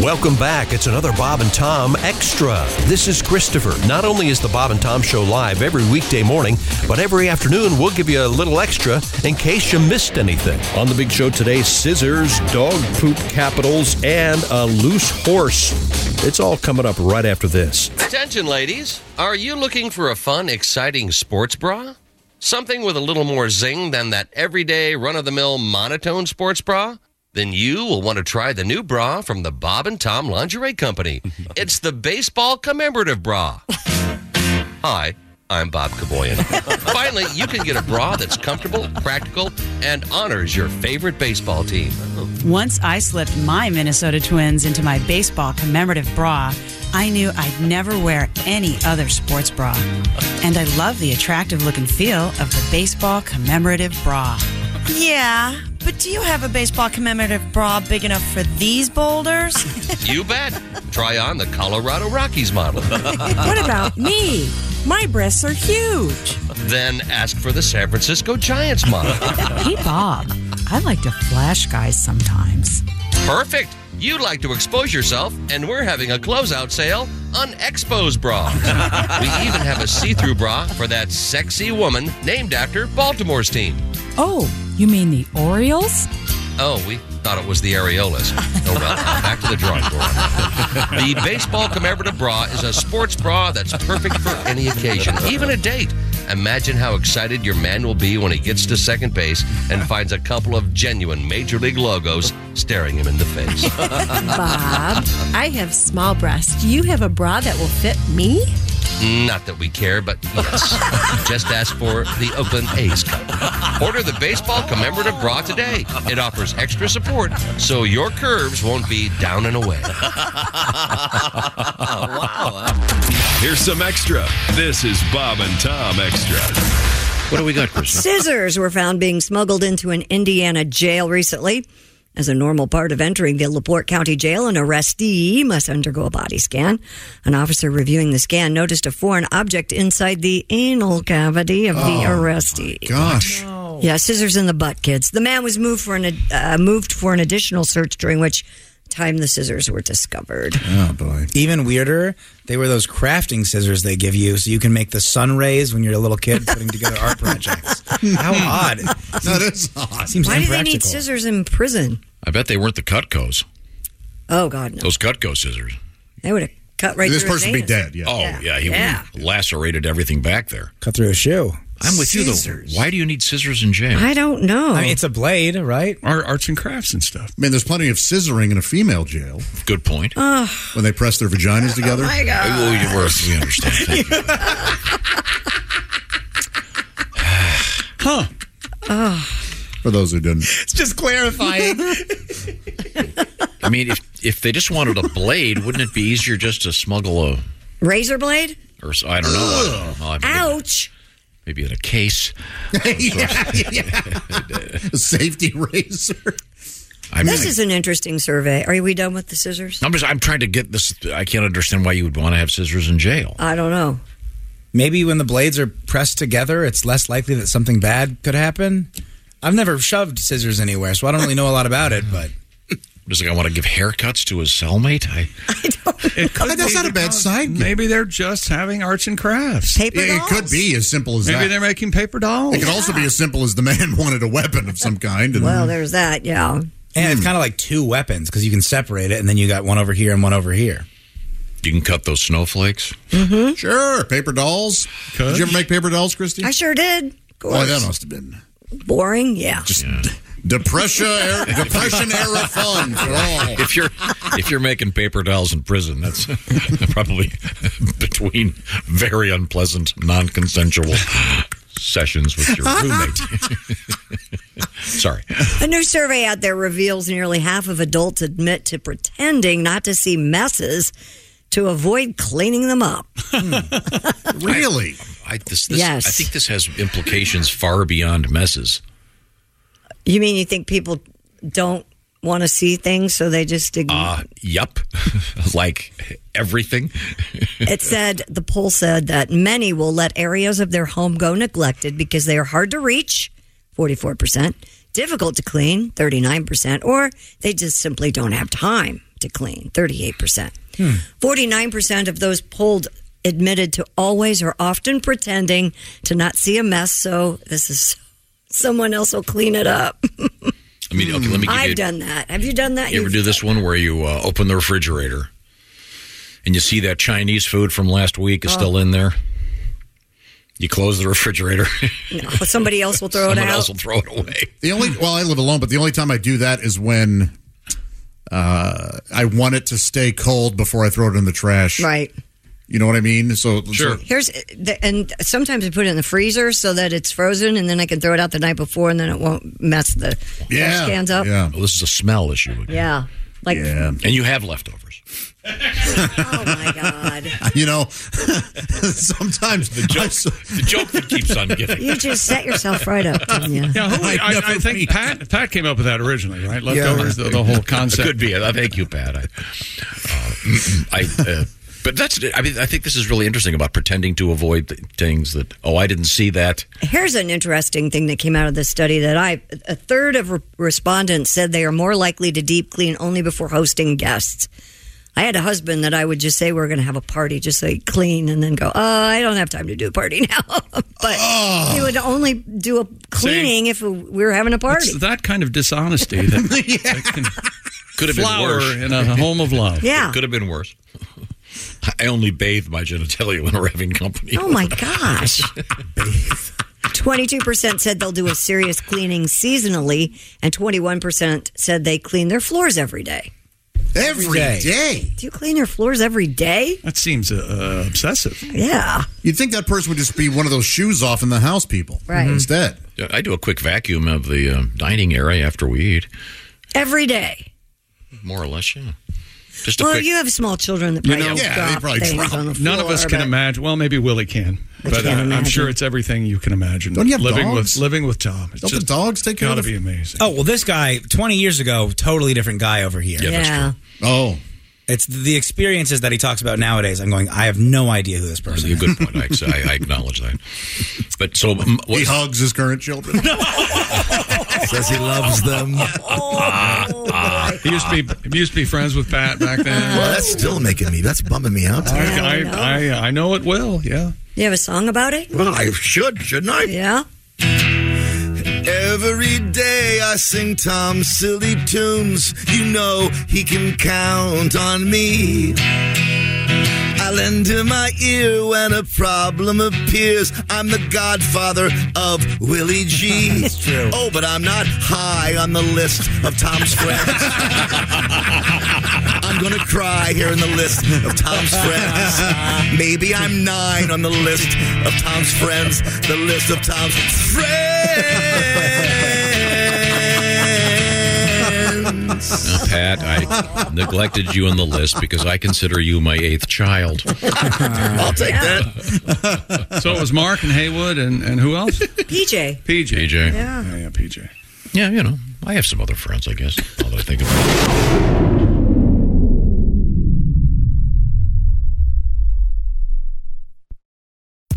Welcome back. It's another Bob and Tom Extra. This is Christopher. Not only is the Bob and Tom Show live every weekday morning, but every afternoon we'll give you a little extra in case you missed anything. On the big show today, scissors, dog poop capitals, and a loose horse. It's all coming up right after this. Attention, ladies. Are you looking for a fun, exciting sports bra? Something with a little more zing than that everyday run of the mill monotone sports bra? Then you will want to try the new bra from the Bob and Tom Lingerie Company. It's the baseball commemorative bra. Hi, I'm Bob Kaboyan. Finally, you can get a bra that's comfortable, practical, and honors your favorite baseball team. Once I slipped my Minnesota Twins into my baseball commemorative bra, I knew I'd never wear any other sports bra. And I love the attractive look and feel of the baseball commemorative bra. Yeah, but do you have a baseball commemorative bra big enough for these boulders? You bet. Try on the Colorado Rockies model. What about me? My breasts are huge. Then ask for the San Francisco Giants model. Hey, Bob, I like to flash guys sometimes. Perfect. You'd like to expose yourself, and we're having a closeout sale on Expos Bra. we even have a see through bra for that sexy woman named after Baltimore's team. Oh, you mean the Orioles? Oh, we thought it was the areolas. Oh, well, back to the drawing board. the baseball commemorative bra is a sports bra that's perfect for any occasion, even a date. Imagine how excited your man will be when he gets to second base and finds a couple of genuine major league logos staring him in the face. Bob, I have small breasts. Do you have a bra that will fit me? Not that we care, but yes. Just ask for the Oakland A's Cup. Order the baseball commemorative bra today. It offers extra support so your curves won't be down and away. Here's some extra. This is Bob and Tom Extra. What do we got, Chris? Scissors were found being smuggled into an Indiana jail recently. As a normal part of entering the LaPorte County Jail, an arrestee must undergo a body scan. An officer reviewing the scan noticed a foreign object inside the anal cavity of Oh, the arrestee. Gosh. Yeah, scissors in the butt, kids. The man was moved for an uh, moved for an additional search during which time the scissors were discovered. Oh, boy. Even weirder, they were those crafting scissors they give you so you can make the sun rays when you're a little kid putting together art projects. How odd. That is odd. Seems Why do impractical. they need scissors in prison? I bet they weren't the Cutcos. Oh God, no! Those Cutco scissors. They would have cut right. this through his person would be anus. dead. Yeah. Oh yeah, he would Yeah. lacerated everything back there. Cut through a shoe. I'm with Scissors. you though. Why do you need scissors in jail? I don't know. I mean, it's a blade, right? Our arts and crafts and stuff. Uh, I mean, there's plenty of scissoring in a female jail Good point. when they press their vaginas together. Oh my God. well, you were- we understand. Thank you. Huh. For those who didn't. It's just clarifying. I mean, if if they just wanted a blade, wouldn't it be easier just to smuggle a Razor blade? or s- I don't know. Well, I mean, Ouch! Maybe in a case. yeah, yeah. A safety razor. I mean, This is an interesting survey. Are we done with the scissors? I'm just I'm trying to get this. I can't understand why you would want to have scissors in jail. I don't know. Maybe when the blades are pressed together, it's less likely that something bad could happen. I've never shoved scissors anywhere, so I don't really know a lot about it, but Just like I want to give haircuts to his cellmate. I It could That's be not a bad because side gig. Maybe they're just having arts and crafts. Paper It, it dolls? could be as simple as Maybe that. they're making paper dolls. It could also be as simple as the man wanted a weapon of some kind. Mm-hmm. And Well, there's that. Yeah. and it's kind of like two weapons because you can separate it, and then you got one over here and one over here. you can cut those snowflakes. sure, paper dolls. Did you ever make paper dolls, Christy? Mm-hmm. I sure did. Of Boy, course. that must have been Boring. Yeah. just depression era, depression era fun for all. if you're if you're making paper dolls in prison, that's probably between very unpleasant, non-consensual sessions with your roommate. Sorry. A new survey out there reveals nearly half of adults admit to pretending not to see messes to avoid cleaning them up. Really? I, this, this, Yes. I think this has implications far beyond messes. You mean you think people don't want to see things, so they just ignore? Uh, yup. like everything. it said the poll said that many will let areas of their home go neglected because they are hard to reach 44% difficult to clean 39% or they just simply don't have time to clean 38% Hmm. 49% of those polled admitted to always or often pretending to not see a mess so this is someone else will clean it up I mean, okay, let me give i've you, done that have you done that You ever You've- do this one where you uh, open the refrigerator and you see that Chinese food from last week is Oh. still in there? You close the refrigerator. no, somebody else will throw it out throw it away. The only well, I live alone, but the only time I do that is when uh, I want it to stay cold before I throw it in the trash. Right. You know what I mean? So Sure. Here's the, and sometimes I put it in the freezer so that it's frozen, and then I can throw it out the night before, and then it won't mess the trash cans up. Yeah. Well, this is a smell issue. again. Yeah. Like And you have leftovers. oh my god. you know, sometimes the joke, the joke that keeps on giving. You just set yourself right up, didn't you? Yeah, who, I, I, never think Pat Pat came up with that originally, right? Leftovers, the, the whole concept. Could be. Uh, Thank you, Pat. I, uh, I uh, but that's. I mean, I think this is really interesting about pretending to avoid th- things that. Oh, I didn't see that. Here's an interesting thing that came out of this study that I a third of re- respondents said they are more likely to deep clean only before hosting guests. I had a husband that I would just say we're going to have a party, just say clean, and then go. Oh, I don't have time to do a party now. but he would only do a cleaning if we were having a party. It's that kind of dishonesty that, that can Could have flower been worse. in a home of love. Yeah. It could have been worse. I only bathe my genitalia when we're having company. Oh my gosh. 22% said they'll do a serious cleaning seasonally, and 21% said they clean their floors every day. Every day. day. Do you clean your floors every day? That seems uh, obsessive. Yeah. You'd think that person would just be one of those shoes off in the house people. Right. Mhm. Instead. Yeah, I do a quick vacuum of the uh, dining area after we eat, Every day. more or less. Yeah. Just a Well, quick. you have small children that probably drop things on the None of us floor, can but- imagine. Well, maybe Willie can, but uh, can't I'm imagine. sure it's everything you can imagine. Don't you have living dogs? with living with Tom? It's just dogs take care of gotta the- be amazing. Oh well, this guy twenty years ago, totally different guy over here. Yeah, that's Yeah. Oh, it's the experiences that he talks about nowadays. I'm going. I have no idea who this person. You're good point. I, I acknowledge that. But so um, what, He hugs his current children. Says he loves them. he used to be he used to be friends with Pat back then. Well, that's still making me. That's bumming me out. I, I, I, I know it will. Yeah. You have a song about it? Well, I should, shouldn't I? Yeah. Every day I sing Tom silly tunes. You know he can count on me. I lend him my ear when a problem appears. I'm the godfather of Willie G. That's true. Oh, but I'm not high on the list of Tom's friends. I'm gonna cry here in the list of Tom's friends. Maybe I'm nine on the list of Tom's friends. The list of Tom's friends. Now, Pat, I neglected you on the list because I consider you my eighth child. I'll take that. so it was Mark and Haywood and, and who else? PJ. PJ. PJ. Yeah. Yeah, yeah, PJ. Yeah, you know, I have some other friends, I guess. Now that I think about it.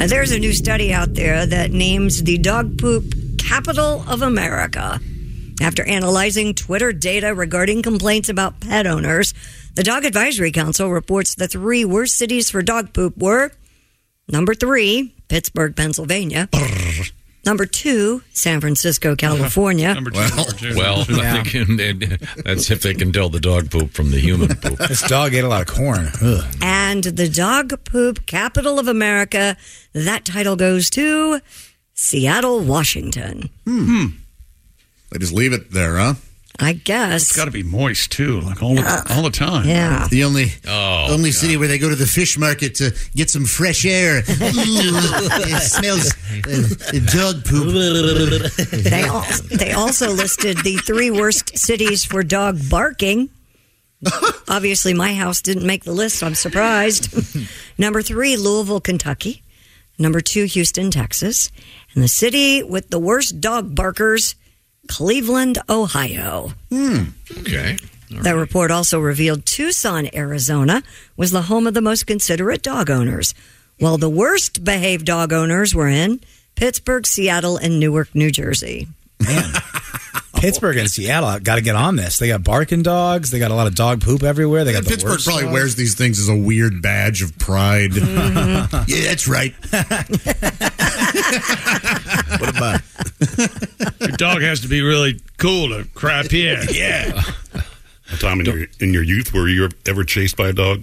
Uh, There's a new study out there that names the dog poop capital of America. After analyzing Twitter data regarding complaints about pet owners, the Dog Advisory Council reports the three worst cities for dog poop were number three, Pittsburgh, Pennsylvania. Number two, San Francisco, California. Number two, well, I think and, and that's if they can tell the dog poop from the human poop. This dog ate a lot of corn. Ugh. And the dog poop capital of America. That title goes to Seattle, Washington. Hmm. They just leave it there, huh? I guess. It's got to be moist too, like all the, all the time. Yeah. The only Only city where they go to the fish market to get some fresh air. Ooh, it smells uh, dog poop. They, al- they also listed the three worst cities for dog barking. Obviously, my house didn't make the list. I'm surprised. Number three, Louisville, Kentucky. Number two, Houston, Texas. And the city with the worst dog barkers, Cleveland, Ohio. Hmm. Okay. That report also revealed Tucson, Arizona was the home of the most considerate dog owners, while the worst behaved dog owners were in Pittsburgh, Seattle, and Newark, New Jersey. Pittsburgh and Seattle got to get on this. They got barking dogs. They got a lot of dog poop everywhere. They got the Pittsburgh worst probably dogs. wears these things as a weird badge of pride. Mm-hmm. Mhm. yeah, that's right. What about? Your dog has to be really cool to crap here. Yeah. Tom, in your, in your youth, were you ever chased by a dog?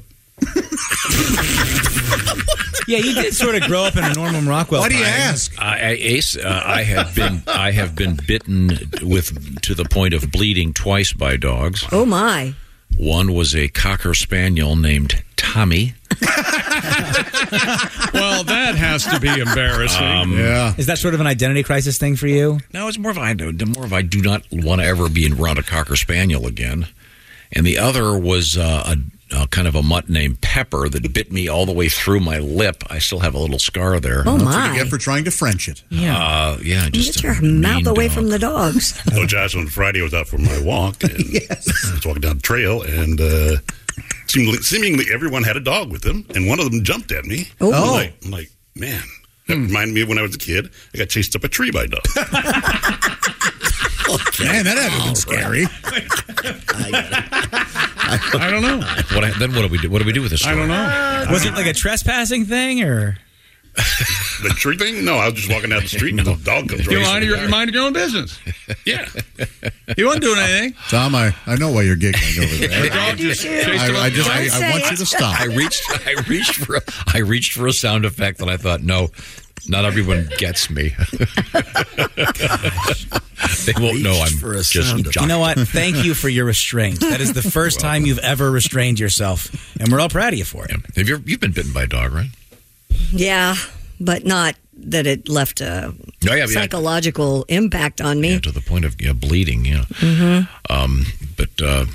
Yeah, you did sort of grow up in a Norman Rockwell. Why do you time. ask? I, I, Ace, uh, I have been I have been bitten with to the point of bleeding twice by dogs. Oh, my. One was a cocker spaniel named Tommy. well, that has to be embarrassing. Um, Is that sort of an identity crisis thing for you? No, it's more of I do more of I do not want to ever be around a cocker spaniel again. And the other was uh, a, a kind of a mutt named Pepper that bit me all the way through my lip. I still have a little scar there. Oh, That's what my. you get for trying to French it. Yeah, uh, yeah. Just Get your mouth away from the dogs. So Josh, on Friday, I was out for my walk. And I was walking down the trail, and uh, seemingly, seemingly everyone had a dog with them, and one of them jumped at me. Oh. I'm like, I'm like, man, that Hmm. reminded me of when I was a kid. I got chased up a tree by a dog. Man, that had been scary. I don't know. What I, then? What do we do? What do we do with this? Story? Was it like a trespassing thing or? the tree thing? No, I was just walking down the street, and the dog comes You right. mind your, mind your own business. Yeah. You weren't doing anything. Tom, I, I know why you're giggling over there. I, I just I, I want you to stop. I reached. I reached for. A, I reached for a sound effect that I thought, no, not everyone gets me. they won't know I'm just. joking. You know what? Thank you for your restraint. That is the first time you've ever restrained yourself, and we're all proud of you for it. Have you ever, you've been bitten by a dog, right? Yeah, but not that it left a Oh, yeah, yeah. psychological impact on me. To the point of yeah, bleeding. Yeah. Mhm. Um. But uh,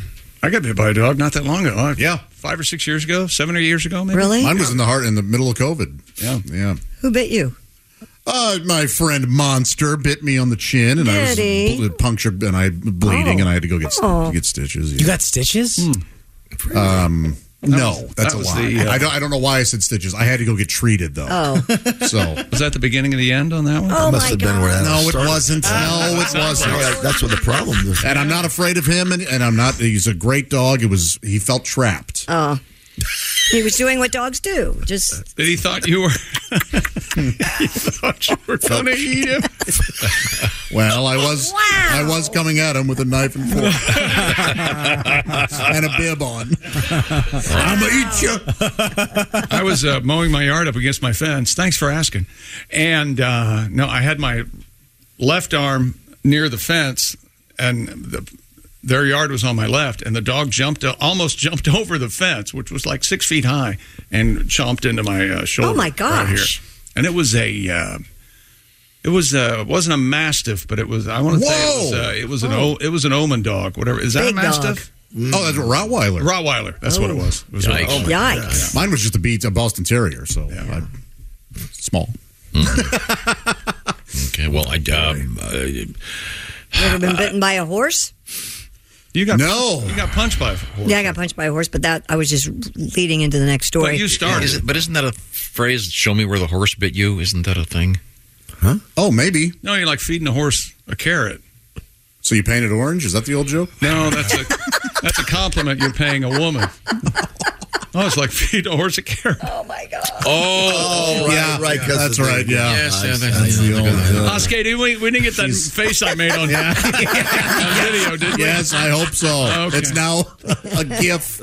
I got bit by a dog not that long ago. Yeah. Five or six years ago, seven or eight years ago, maybe. Really? Mine was in the heart in the middle of COVID. Yeah, yeah. Who bit you? Uh, my friend Monster bit me on the chin, and I was Did he? bl- punctured, and I bleeding, and I had to go get st- Oh. get stitches. You got stitches? yeah. um, no, was- that's that a was lie. the, uh, I don't. I don't know why I said stitches. I had to go get treated though. Oh. So Was that the beginning of the end on that one? Oh, Must my have been where that no, all it started. wasn't. No, it wasn't. That's what the problem is. And I'm not afraid of him, and, and I'm not. He's a great dog. It was. He felt trapped. Oh. He was doing what dogs do. Just That he thought you were. he thought you were going to eat him. Well, I was. I was coming at him with a knife and fork and a bib on. I'm gonna eat you. I was uh, mowing my yard up against my fence. Thanks for asking. And uh, no, I had my left arm near the fence, and the, their yard was on my left, and the dog jumped, uh, almost jumped over the fence, which was like six feet high, and chomped into my uh, shoulder. oh my right here. gosh. And it was a. Uh, It was uh, it wasn't a mastiff, but it was. I want to say it was, Whoa! uh, it was an o, it was an omen dog. Whatever is that Big a mastiff? dog. Oh, that's a Rottweiler. Rottweiler. Oh. That's what it was. It was a Yikes. Rottweiler. Mine was just a beat a Boston Terrier, so I, small. Okay, well, I um, uh, You ever been bitten by a horse? You got No. You got punched by a horse. Yeah, I got punched by a horse, but that I was just leading into the next story. Is it- but isn't that a phrase? Show me where the horse bit you. Isn't that a thing? Huh? Oh, maybe. No, you're like feeding a horse a carrot. So you painted orange? Is that the old joke? No, that's a that's a compliment you're paying a woman. Oh, it's like feed a horse a carrot. Oh my god. Oh, right, Yeah, right, 'cause that's of the- right, yeah. Yes, yeah, Nice, that's, that's the old joke. Oskay, did we, we didn't get that face I made on, on video, did we? Yes, I hope so. Okay. It's now a GIF.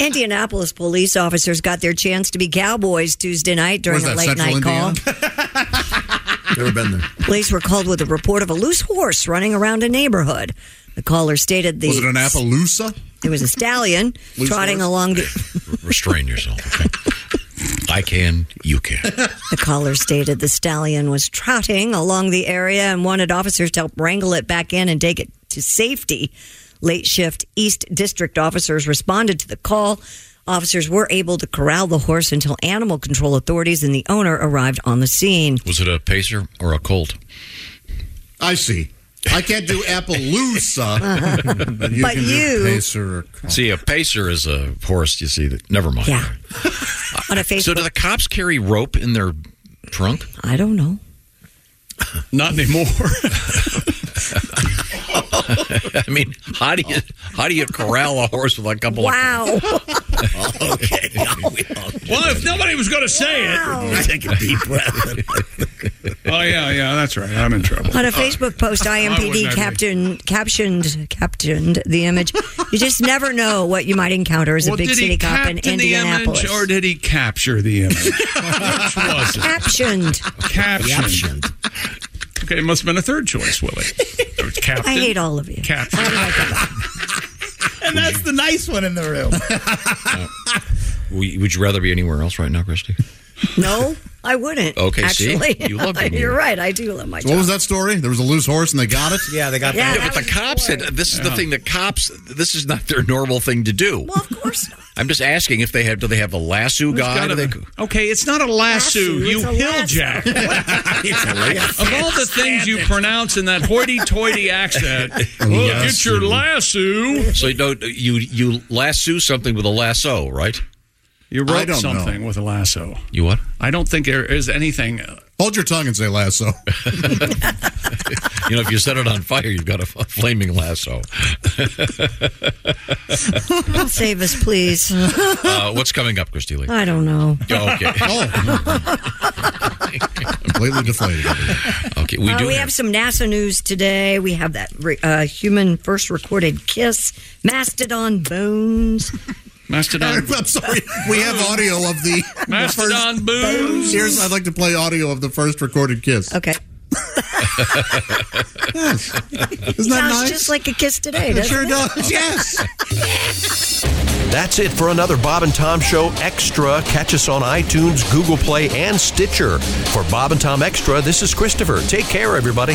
Indianapolis police officers got their chance to be cowboys Tuesday night during Where's a late that, Central night call. Indiana? Never been there. Police were called with a report of a loose horse running around a neighborhood. The caller stated the Was it an Appaloosa? It was a stallion Loose trotting horse? along the. Restrain yourself. Okay? I can. You can. The caller stated the stallion was trotting along the area and wanted officers to help wrangle it back in and take it to safety. Late shift East District officers responded to the call. Officers were able to corral the horse until animal control authorities and the owner arrived on the scene. Was it a pacer or a colt? I see. I can't do Appaloosa. but you But can you- do Pacer or See, a pacer is a horse. You see that? Never mind. Yeah. On a So, Facebook, do the cops carry rope in their trunk? I don't know. Not anymore. I mean, how do you how do you corral a horse with a couple Wow. of? okay. Well, if nobody was going to say it, take a deep breath. oh yeah, yeah, that's right. I'm in trouble. On a Facebook post, wouldn't IMPD I be? captain, captioned captioned the image. You just never know what you might encounter as Well, a big did he city cop in captain the Indianapolis. image or did he capture the image? Which was it? captioned. Captioned. Okay, it must have been a third choice, Willie. There was Captain. I hate all of you. Captain. And that's the nice one in the room. Would would you rather be anywhere else right now, Christy? No, I wouldn't. Okay, see? actually, You love being You're here. right. I do love my What was job. that story? There was a loose horse and they got it? Yeah, they got Yeah, yeah, that but the cops said this is the thing. The cops, this is not their normal thing to do. Well, of course not. I'm just asking if they have. Do they have a lasso There's guy? gotta Do they, be- okay, it's not a lasso, you it's a hill jack. of all the things you pronounce in that hoity-toity accent, well, get your lasso. So you don't you you lasso something with a lasso, right? You I wrote don't something with a lasso. You what? I don't think there is anything. Hold your tongue and say lasso. You know, if you set it on fire, you've got a, f- flaming lasso. Save us, please. Uh, what's coming up, Christy Lee? I don't know. Oh, okay. Completely deflated. Okay, we Uh, do. we have some NASA news today. We have that re- uh, human first recorded kiss, mastodon bones. Mastodon. I'm sorry. We have audio of the Mastodon the first- boobs. Here's I'd like to play audio of the first recorded kiss. Okay. Yes. Isn't that Sounds nice? just like a kiss today, it doesn't sure it? does. Yes. That's it for another Bob and Tom Show Extra. Catch us on iTunes, Google Play, and Stitcher. For Bob and Tom Extra, this is Christopher. Take care, everybody.